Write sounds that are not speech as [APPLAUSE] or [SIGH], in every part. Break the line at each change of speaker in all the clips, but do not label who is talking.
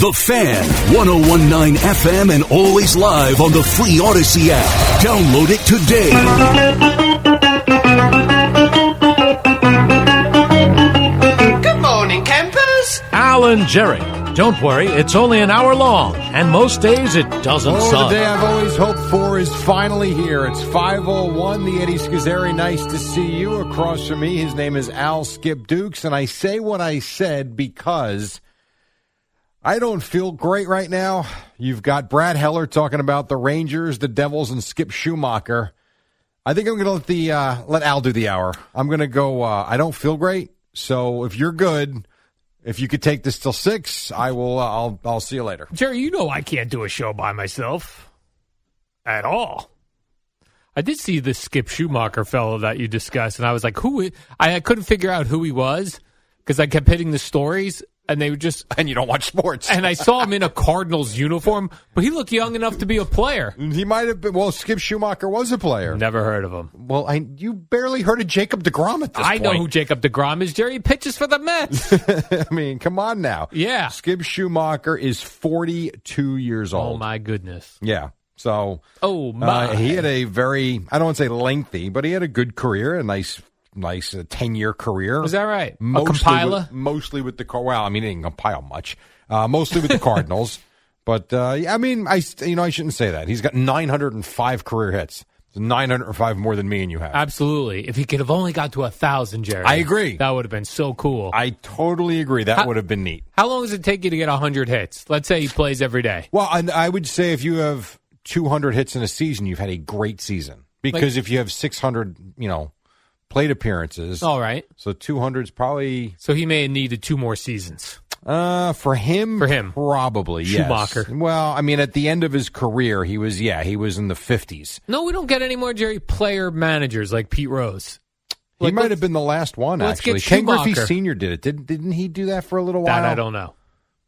The Fan, 1019 FM, and always live on the free Odyssey app. Download it today.
Good morning, campers.
Alan Jerry. Don't worry, it's only an hour long, and most days it doesn't
Oh,
suck.
the day I've always hoped for is finally here. It's 501, the Eddie Schizzeri. Nice to see you. Across from me, his name is Al Skip Dukes, and I say what I said because I don't feel great right now. You've got Brad Heller talking about the Rangers, the Devils, and Skip Schumacher. I think I'm going to let the uh, let Al do the hour. I'm going to go. Uh, I don't feel great, so if you're good, if you could take this till six, I will. Uh, I'll I'll see you later. [LAUGHS]
Jerry, you know I can't do a show by myself at all. I did see the Skip Schumacher fellow that you discussed, and I was like, who? i- I, I couldn't figure out who he was because I kept hitting the stories, and they were just. [LAUGHS]
And you don't watch sports.
And I saw him in a Cardinals uniform, but he looked young enough to be a player.
He might have been. Well, Skip Schumacher was a player.
Never heard of him.
Well, I you barely heard of Jacob Degrom at this
I
point. [LAUGHS]
know who Jacob Degrom is. Jerry He pitches for the [LAUGHS] Mets.
I mean, come on now.
Yeah.
Skip Schumacher is forty-two years old.
oh my goodness.
Yeah. So
Oh my.
uh, he had a very I don't want to say lengthy, but he had a good career, a nice, nice uh, ten-year career.
was that right?
Mostly
a compiler.
With, mostly with the Car. Well, I mean, he didn't compile much. Uh, mostly with
[LAUGHS]
the Cardinals. But uh, yeah, I mean, I st- you know I shouldn't say that. He's got 905 career hits. 905 more than me and you have.
Absolutely. If he could have only got to a thousand, Jerry,
I agree.
That would have been so cool.
I totally agree. That
How-
would have been neat.
How long does it take you to get 100 hits? Let's say he plays every day.
Well, and I would say if you have 200 hits in a season, you've had a great season. Because if you have 600, you know, plate appearances,
All right.
so 200 is probably
So he may have needed two more seasons.
uh for him
For him.
probably yes.
Schumacher.
Well, I mean at the end of his career, he was yeah, he was in the 50s.
No, we don't get any more Jerry player managers like Pete Rose.
He
Like,
might
let's-
have been the last one
let's
actually.
get
Ken Griffey
Schumacher.
Sr. did it. Didn't didn't he do that for a little while?
That I don't know.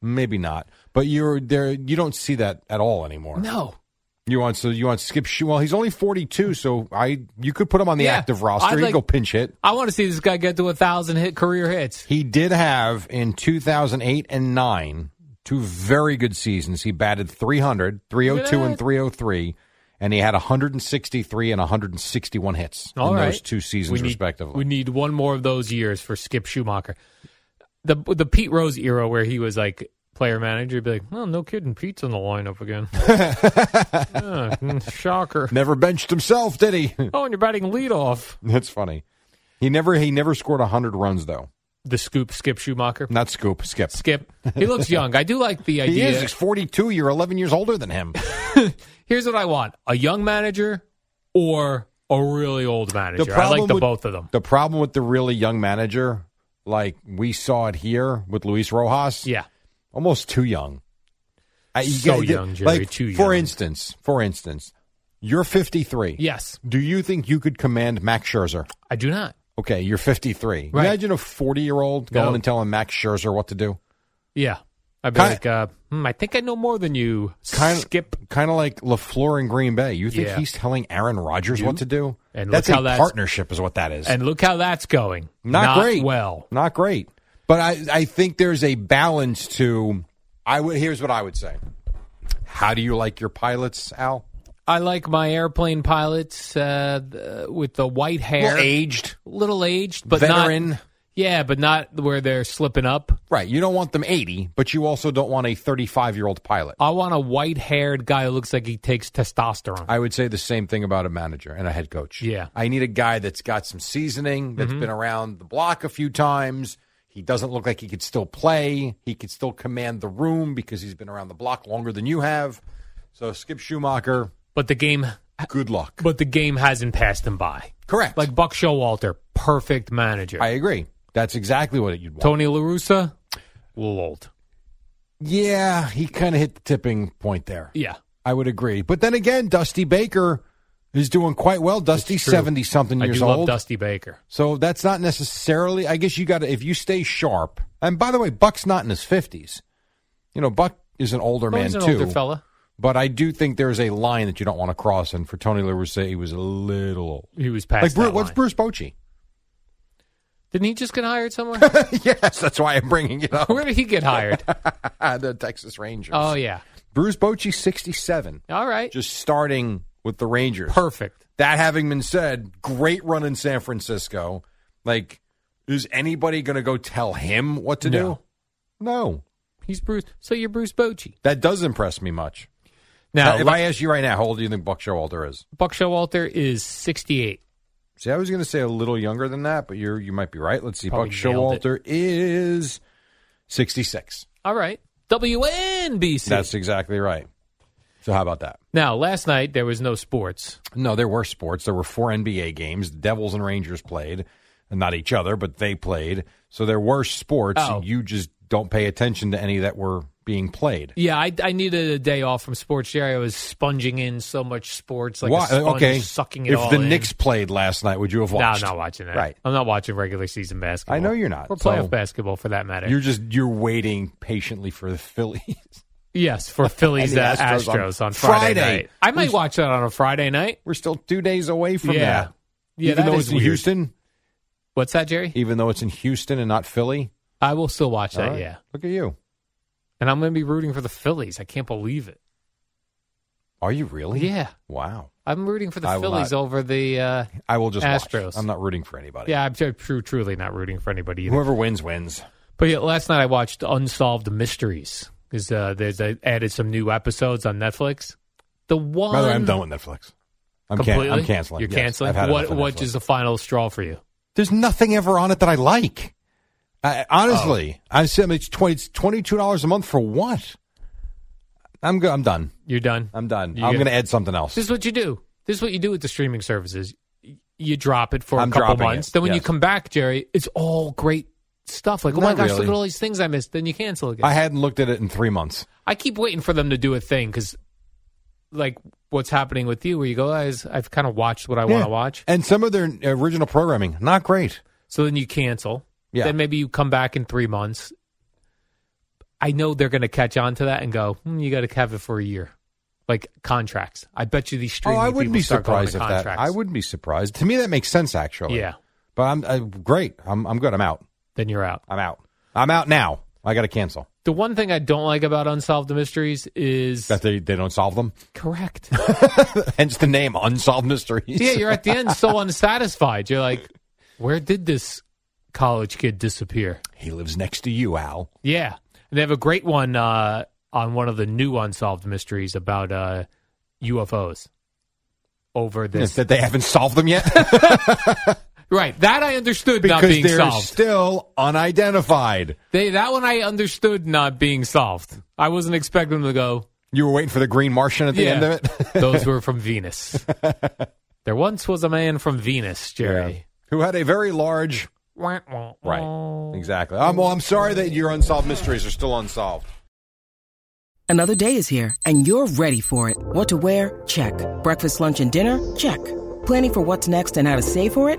Maybe not. But you're there you don't see that at all anymore.
No.
You want so you want Skip Schu- Well, he's only forty two, so I you could put him on the
Yeah,
active roster.
I'd
he could
like-
go pinch hit.
I want to see this guy get to a 1,000 hit career hits.
He did have in two thousand eight and nine two very good seasons. He batted 300, 302
Look at
and
that.
three hundred three, and he had one hundred and sixty three and one hundred and sixty one hits
All
in
right.
those two seasons
we need,
respectively.
We need one more of those years for Skip Schumacher. The the Pete Rose era where he was like player manager, he'd be like, well, no kidding, Pete's in the lineup
[LAUGHS]
again. Yeah, mm, shocker.
Never benched himself, did he? [LAUGHS]
Oh, and you're batting leadoff.
That's funny. He never he never scored hundred runs though.
The scoop, Skip Schumacher.
Not Scoop, Skip.
Skip. He
[LAUGHS]
looks young. I do like the
He
idea.
is. He's forty two. You're eleven years older than him.
Here's what I want: a young manager or a really old manager. I like the
with-
both of them.
The problem with the really young manager, like we saw it here with Luis Rojas,
Yeah,
almost too young. I- you
So
gotta get-
young, Jerry,
like,
too
For
young.
instance, for instance, you're 53.
yes,
Do you think you could command Max Scherzer?
I do not.
Okay, you're 53.
Right.
Imagine a 40 year old going
No.
and telling Max Scherzer what to do.
Yeah, I'd be
Kind-
like, uh, hmm, I think I know more than you.
Kind
Skip.
kind of like Lafleur in Green Bay. You think
Yeah.
he's telling Aaron Rodgers what to do?
And
that's
look
a
how that's-
partnership, is what that is.
And look how that's going.
not, great.
Well,
not great. But I, I think there's a balance to. I would. Here's what I would say. How do you like your pilots, Al?
I like my airplane pilots uh, th- with the white hair,
aged,
little aged, but
veteran.
not. Yeah, but not where they're slipping up.
Right. You don't want them 80, but you also don't want a 35 year old pilot.
I want a white haired guy who looks like he takes testosterone.
I would say the same thing about a manager and a head coach.
Yeah. Mm-hmm.
I need a guy that's got some seasoning, that's been around the block a few times. He doesn't look like he could still play. He could still command the room because he's been around the block longer than you have. So Skip Schumacher,
but the game
good luck.
but the game hasn't passed him by.
Correct.
Like Buck Showalter, perfect manager.
I agree. That's exactly what you'd want.
Tony LaRussa, a little old.
Yeah, he kind of hit the tipping point there.
Yeah.
I would agree. But then again, Dusty Baker is doing quite well. Dusty's
true.
70 something
I
years
do love
old.
Dusty Baker.
So that's not necessarily, I guess you got to, if you stay sharp. And by the way, Buck's not in his 50s. You know, Buck is an older
Oh,
man,
he's an
too.
older fella.
But I do think there's a line that you don't want to cross. And for Tony LaRusse, he was a little old.
He was past
Like, Bru-
that
what's
line.
Bruce Bochy? [LAUGHS]
Didn't he just get hired somewhere?
yes, that's why I'm bringing it up. [LAUGHS]
Where did he get hired?
the Texas Rangers.
oh yeah.
Bruce Bochy, 67.
All right.
Just starting with the Rangers.
perfect.
That having been said, great run in San Francisco. Like, is anybody going to go tell him what to do?
No.
No.
He's Bruce. So you're Bruce Bochy.
That does impress me much.
Now,
if
Le-
I ask you right now, how old do you think Buck Showalter is?
Buck Showalter is 68.
See, I was going to say a little younger than that, but you're you might be right. Let's see.
Probably
Buck
nailed it.
Showalter is 66.
All right. WNBC.
That's exactly right. So how about that?
now, last night there was no sports.
No, there were sports. There were four NBA games. The Devils and Rangers played, and not each other, but they played. So there were sports.
Oh.
You just don't pay attention to any that were being played.
Yeah, I, I needed a day off from sports. Jerry, I was sponging in so much sports, like
Why-
a sponge
okay,
sucking it
if
all
the
in.
Knicks played last night, would you have
no, I'm
watched?
not watching that.
Right.
I'm not watching regular season basketball.
I know you're not,
Or playoff
so-
basketball, for that matter.
You're just you're waiting patiently for the Phillies.
yes, for Phillies
[LAUGHS] And the
at
Astros
Astros,
on
on, Friday,
Friday.
night. I might watch that on a Friday night.
[LAUGHS] We're still two days away from
Yeah.
that.
Yeah,
even
that
though
is
it's in
weird.
Houston,
What's that, Jerry?
even though it's in Houston and not Philly.
I will still watch that.
All right.
Yeah,
Look at you.
and I'm going to be rooting for the Phillies. I can't believe it.
Are you really?
Yeah,
Wow.
I'm rooting for the
I will
Phillies
not.
over the. Uh,
I will just watch.
Astros.
I'm not rooting for anybody.
yeah, I'm tr- tru- truly not rooting for anybody either.
Whoever wins wins.
But yeah, last night I watched Unsolved Mysteries because uh, there's I added some new episodes on Netflix. The one
By the way, I'm done with Netflix. I'm, can-
completely.
I'm canceling.
You're
Yes,
canceling.
I've had enough
what
of
what
Netflix.
is the final straw for you?
There's nothing ever on it that I like. I, honestly, I said it's twenty. It's twenty two dollars a month for what? I'm go- I'm done.
You're done.
I'm done.
You
I'm
get-
going to add something else.
This is what you do. This is what you do with the streaming services. Y- You drop it for
I'm
a couple
dropping
months.
it,
Then when
yes.
you come back, Jerry, it's all great stuff. Like, oh my
Not
gosh,
really.
look at all these things I missed. Then you cancel again.
I hadn't looked at it in three months.
I keep waiting for them to do a thing because, like, what's happening with you? Where you go, guys, I've kind of watched what I want
Yeah.
to watch.
And some of their original programming, not great.
So then you cancel.
Yeah.
Then maybe you come back in three months. I know they're going to catch on to that and go, hmm, you got to have it for a year. Like contracts. I bet you these
Oh,
streaming
I wouldn't
people
be
start going to
surprised if that.
contracts.
I wouldn't be surprised. To me, that makes sense actually.
Yeah.
But I'm uh, great. I'm I'm good. I'm out.
Then you're out.
I'm out. I'm out now. I got to cancel.
The one thing I don't like about Unsolved Mysteries is
That they, they don't solve them. [LAUGHS]
correct.
Hence the name, Unsolved Mysteries.
yeah, you're at the end so unsatisfied. You're like, where did this college kid disappear?
He lives next to you, Al.
Yeah. And they have a great one uh, on one of the new unsolved mysteries about uh, UFOs over this.
That they haven't solved
[LAUGHS]
them yet
right. That I understood not
because
being
they're
solved.
still unidentified.
they, that one I understood not being solved. I wasn't expecting them to go,
You were waiting for the Green Martian at the
Yeah.
end of it, [LAUGHS]
[LAUGHS] those were from Venus. there once was a man from Venus, Jerry.
who had a very large
Wah, wah, wah.
right.
Oh.
Exactly. Um, well, I'm sorry that your unsolved mysteries are still unsolved.
Another day is here, and you're ready for it. What to wear? Check. Breakfast, lunch, and dinner? Check. Planning for what's next and how to save for it?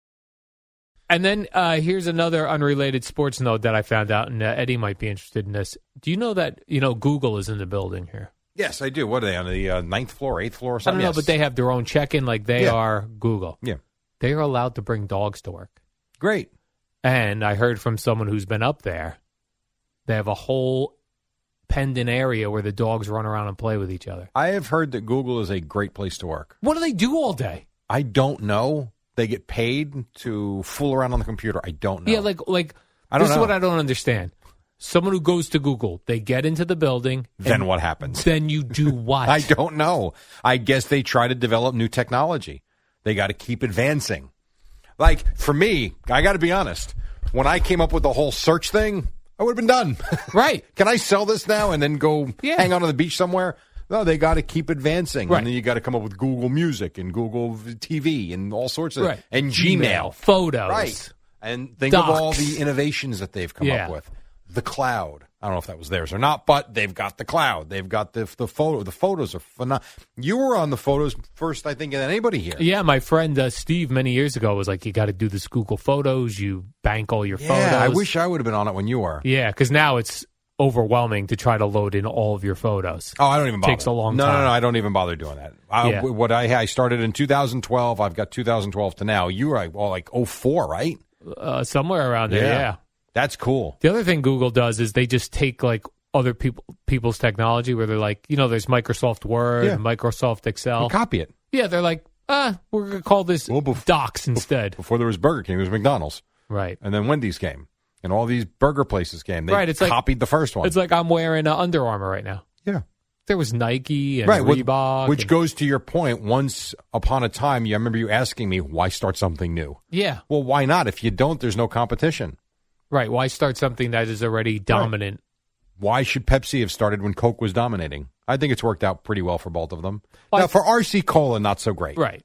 And then uh, here's another unrelated sports note that I found out, and uh, Eddie might be interested in this. Do you know that you know Google is in the building here?
Yes, I do. What are they on the uh, ninth floor, eighth floor, or
I
something?
don't know,
Yes.
but they have their own check-in. Like they
Yeah.
are Google.
Yeah,
They are allowed to bring dogs to work.
great.
And I heard from someone who's been up there, they have a whole pendant area where the dogs run around and play with each other.
I have heard that Google is a great place to work.
What do they do all day?
I don't know. They get paid to fool around on the computer. I don't know.
Yeah, like like
I don't
this is
know.
what I don't understand. Someone who goes to Google, they get into the building.
then
and
what happens?
Then you
[LAUGHS]
do what?
I don't know. I guess they try to develop new technology. They got to keep advancing. Like for me, I got to be honest. When I came up with the whole search thing, I would have been done. [LAUGHS]
Right.
Can I sell this now and then go
Yeah.
hang out on the beach somewhere? No, they got to keep advancing,
Right.
and then you got to come up with Google Music and Google V- TV and all sorts of
Right.
and Gmail,
photos.
right? And think of all
Docs.
the innovations that they've come
Yeah.
up with. The cloud. I don't know if that was theirs or not, but they've got the cloud. They've got the the photo. The photos are phenomenal. You were on the photos first, I think, than anybody here.
Yeah, my friend uh, Steve many years ago was like, you got to do this Google Photos. You bank all your
Yeah,
photos.
I wish I would have been on it when you were.
Yeah, because now it's overwhelming to try to load in all of your photos.
Oh, I don't even bother.
Takes a long
no, No,
time.
no, I don't even bother doing that. I,
Yeah.
What I I started in 2012. I've got 2012 to now. You were like, well, like 04, right?
Uh, somewhere around there,
Yeah.
yeah.
That's cool.
The other thing Google does is they just take like other people people's technology where they're like, you know, there's Microsoft Word,
Yeah.
Microsoft Excel.
And copy it.
yeah, they're like, ah, we're gonna call this
Well, bef-
Docs instead.
Before there was Burger King, there was McDonald's,
right.
and then Wendy's came, and all these burger places came. They
Right, it's like-
copied the first one.
It's like I'm wearing uh, Under Armour right now.
yeah.
There was Nike and
right, with-
Reebok,
which
and-
goes to your point. Once upon a time, you I remember you asking me, "Why start something new?"
yeah,
Well, why not? If you don't, there's no competition.
right. Why start something that is already dominant?
why should Pepsi have started when Coke was dominating? I think it's worked out pretty well for both of them.
Well,
now,
I-
for RC Cola, not so great.
Right.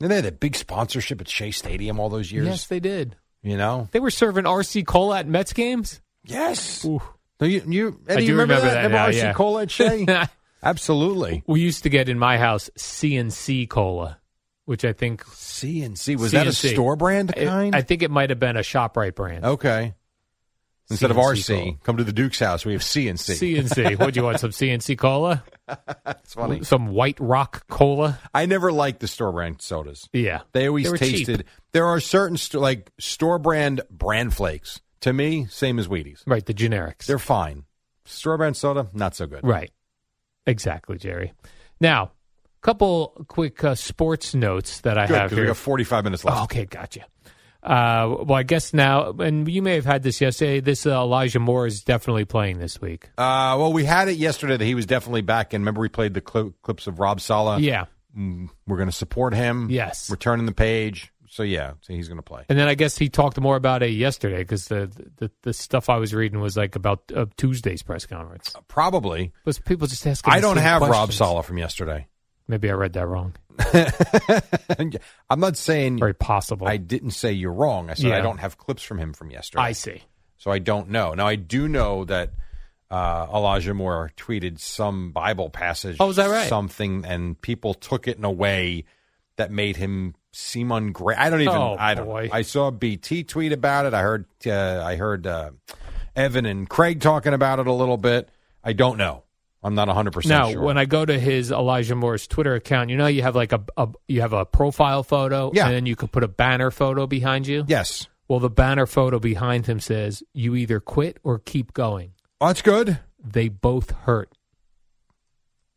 And they had a big sponsorship at Shea Stadium all those years.
Yes, they did.
You know?
They were serving RC Cola at Mets games.
Yes.
Ooh.
No, you, you, Eddie,
I
you
do
remember,
remember
that?
that
Remember
now,
RC
yeah.
Cola at Shea? [LAUGHS]
[LAUGHS]
Absolutely.
We used to get in my house CNC cola, which I think
C&C. Was that a
C&C.
store brand
I-
kind?
I think it might have been a Shoprite brand.
okay. Instead of
C&C
RC,
Cola.
come to the Duke's house. We have C&C. [LAUGHS]
CNC. What do you want? Some CNC cola?
That's funny.
Some White Rock cola?
I never liked the store brand sodas.
Yeah.
They always
were cheap.
tasted. There are certain st- like store brand brand flakes. To me, same as Wheaties.
Right, the generics.
They're fine. Store brand soda, not so good.
right. Exactly, Jerry. Now, couple quick uh, sports notes that I
Good,
have
because we
here.
got 45 minutes
Oh,
left.
okay, gotcha. Uh, well, I guess now, and you may have had this yesterday. This uh, Elijah Moore is definitely playing this week.
Uh, well, we had it yesterday that he was definitely back, and remember we played the cl- clips of Rob Sala.
yeah,
Mm, We're going to support him.
Yes.
Returning the page. So, yeah, so he's going to play.
And then I guess he talked more about it yesterday because the, the the stuff I was reading was like about uh, Tuesday's press conference.
Probably.
But people just asking.
I
the
don't
same
have Rob
questions.
Sala from yesterday.
Maybe I read that wrong.
[LAUGHS] I'm not saying
Very possible.
Mm. I didn't say you're wrong. I said I
Yeah.
don't have clips from him from yesterday.
I see.
So I don't know. Now I do know that uh, Elijah Moore tweeted some Bible passage.
Oh, is that right?
Something, and people took it in a way that made him seem ungrateful. I don't even.
Oh,
I don't.
boy.
I saw BT tweet about it. I heard. Uh, I heard uh, Evan and Craig talking about it a little bit. I don't know. I'm not 100 percent
Now,
sure.
when I go to his Elijah Moore's Twitter account, you know you have like a, a you have a profile photo,
Yeah.
and then you could put a banner photo behind you.
yes,
Well, the banner photo behind him says, "You either quit or keep going."
oh, that's good.
They both hurt.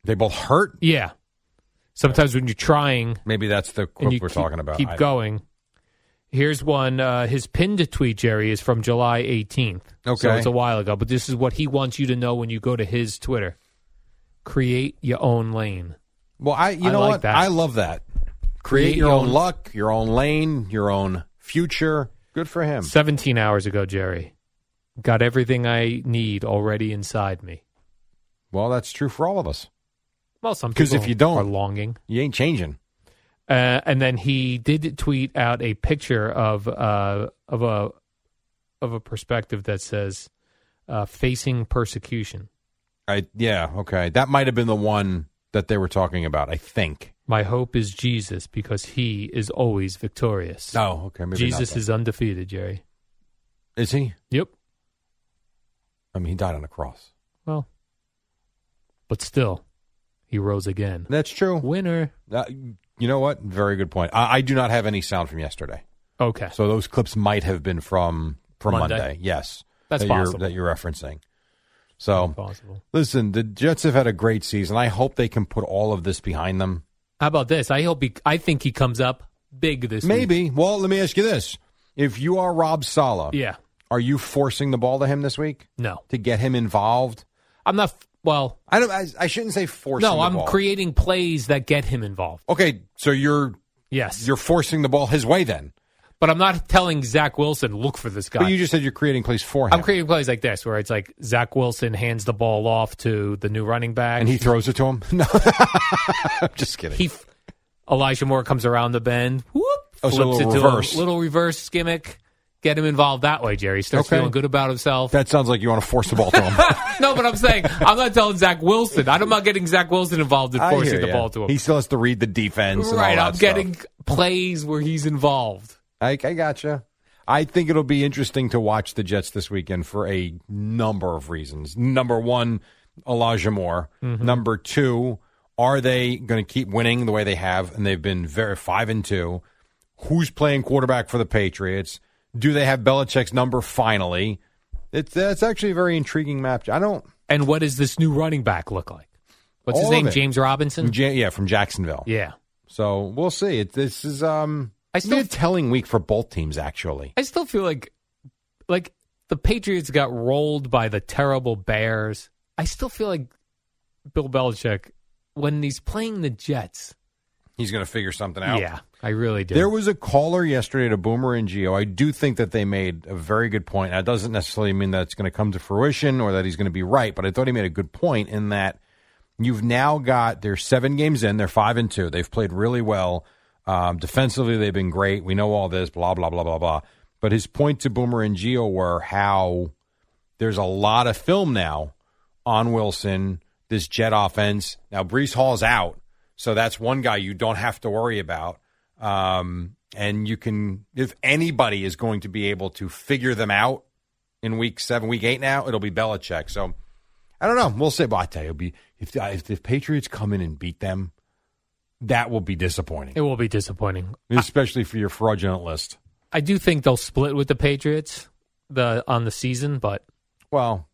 They both hurt.
Yeah. Sometimes when you're trying
Maybe that's the
and
quote
you
we're
keep,
talking about.
Keep
I-
going. Here's one. Uh, his pinned tweet, Jerry, is from July 18th. So
Okay.
it's a while ago, but this is what he wants you to know when you go to his Twitter. Create your own lane.
Well, I you
I
know
like
what
that.
I love that. Create, your, own, luck, your own lane, your own future. Good for him.
17 hours ago, Jerry. Got everything I need already inside me.
Well, that's true for all of us.
Well, some
'Cause
people
if you don't-
are longing.
You ain't changing.
Uh, and then he did tweet out a picture of uh, of a of a perspective that says uh, facing persecution.
I yeah okay. That might have been the one that they were talking about. I think.
My hope is Jesus because he is always victorious.
Oh okay. Maybe
Jesus
not
is undefeated, Jerry.
is is he?
Yep.
I mean, he died on a cross.
Well, but still, he rose again.
That's true.
Winner.
Uh, you know what? Very good point. I, I do not have any sound from yesterday,
Okay.
so those clips might have been from from Monday.
Monday.
Yes,
That's
that
possible.
You're, that you're referencing. So
Possible.
listen, the Jets have had a great season. I hope they can put all of this behind them.
How about this? I hope he, I think he comes up big this week.
Maybe. Well, let me ask you this: If you are Rob Sala,
Yeah.
are you forcing the ball to him this week
No.
to get him involved?
I'm not f- well,
I don't. I, I shouldn't say forcing.
no,
the
I'm
ball.
creating plays that get him involved.
Okay, so you're
Yes.
you're forcing the ball his way then.
but I'm not telling Zach Wilson, look for this guy.
But you just said you're creating plays for him.
I'm creating plays like this where it's like Zach Wilson hands the ball off to the new running back.
and he throws it to him. [LAUGHS] No, I'm just kidding.
he f- Elijah Moore comes around the bend, whoop,
Oh,
flips
so a
it
little
to
reverse.
a little reverse gimmick. Get him involved that way, Jerry. He Starts
Okay.
feeling good about himself.
that sounds like you want to force the ball to him.
[LAUGHS] no, but I'm saying I'm not telling Zach Wilson. I'm not getting Zach Wilson involved in
I
forcing
hear
the
ya.
ball to him.
He still has to read the defense. and all
right,
that
I'm
stuff.
getting plays where he's involved.
I, I gotcha. I think it'll be interesting to watch the Jets this weekend for a number of reasons. Number one, Elijah Moore.
Mm-hmm.
Number two, are they going to keep winning the way they have? And they've been very five and two. Who's playing quarterback for the Patriots? Do they have Belichick's number finally? It's that's actually a very intriguing match. I don't.
And what does this new running back look like? What's
All
his
of
name?
it. Mm-hmm.
James Robinson.
Ja- Yeah, from Jacksonville.
Mm. yeah,
So we'll see. It, this is um,
I
it'll be a
still-
telling week for both teams. Actually,
I still feel like like the Patriots got rolled by the terrible Bears. I still feel like Bill Belichick when he's playing the Jets.
he's going to figure something out.
Yeah, I really do.
There was a caller yesterday to Boomer and Geo. I do think that they made a very good point. That doesn't necessarily mean that it's going to come to fruition or that he's going to be right, but I thought he made a good point in that you've now got they're seven games in, they're five and two. They've played really well. Um, defensively, they've been great. We know all this, blah, blah, blah, blah, blah. But his point to Boomer and Geo were how there's a lot of film now on Wilson, this jet offense. Now, Brees Hall's out, so that's one guy you don't have to worry about. Um, and you can, if anybody is going to be able to figure them out in week seven, week eight now, it'll be Belichick. So I don't know. We'll see. But I tell you, it'll be, if, the, if the Patriots come in and beat them, that will be disappointing,
it will be disappointing.
especially for your fraudulent list.
I do think they'll split with the Patriots the on the season, but
Well,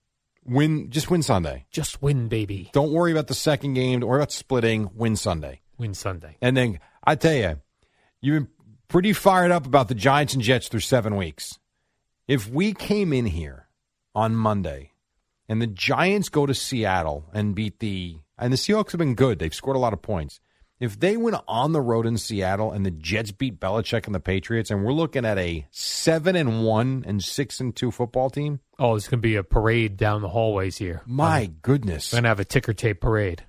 win, just win Sunday.
just win, baby.
Don't worry about the second game. Don't worry about splitting. Win Sunday.
Win Sunday.
And then I tell you, you've been pretty fired up about the Giants and Jets through seven weeks. If we came in here on Monday and the Giants go to Seattle and beat the and the Seahawks have been good, they've scored a lot of points. If they went on the road in Seattle and the Jets beat Belichick and the Patriots, and we're looking at a seven and one and six and two football team,
Oh, it's going to be a parade down the hallways here.
my goodness,
We're going to have a ticker tape parade.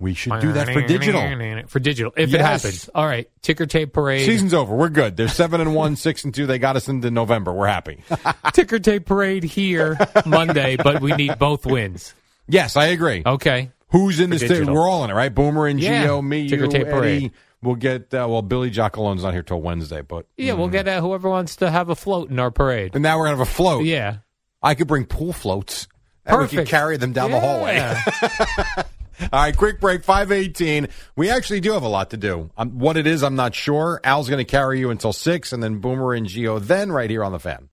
we should do that for digital.
[LAUGHS] For digital, if it
Yes.
happens. All right, ticker tape parade.
Season's over. We're good. They're seven and one, six and two. They got us into November. We're happy.
ticker tape parade here Monday, but we need both wins.
Yes, I agree.
Okay.
Who's in this?
Oh. For
thing?
digital.
We're all in it, right? Boomer and
Yeah.
Geo, me,
Ticker
you,
tape parade.
Eddie. We'll get uh, well. Billy Jockalone's not here till Wednesday, but
Yeah, we'll get uh, whoever wants to have a float in our parade.
and now we're gonna have a float.
Yeah.
I could bring pool floats. And we could
Perfect.
carry them down the hallway.
Yeah.
All right, quick break. Five eighteen. We actually do have a lot to do. Um, what it is, I'm not sure. Al's going to carry you until six, and then Boomer and Geo. Then right here on the fan.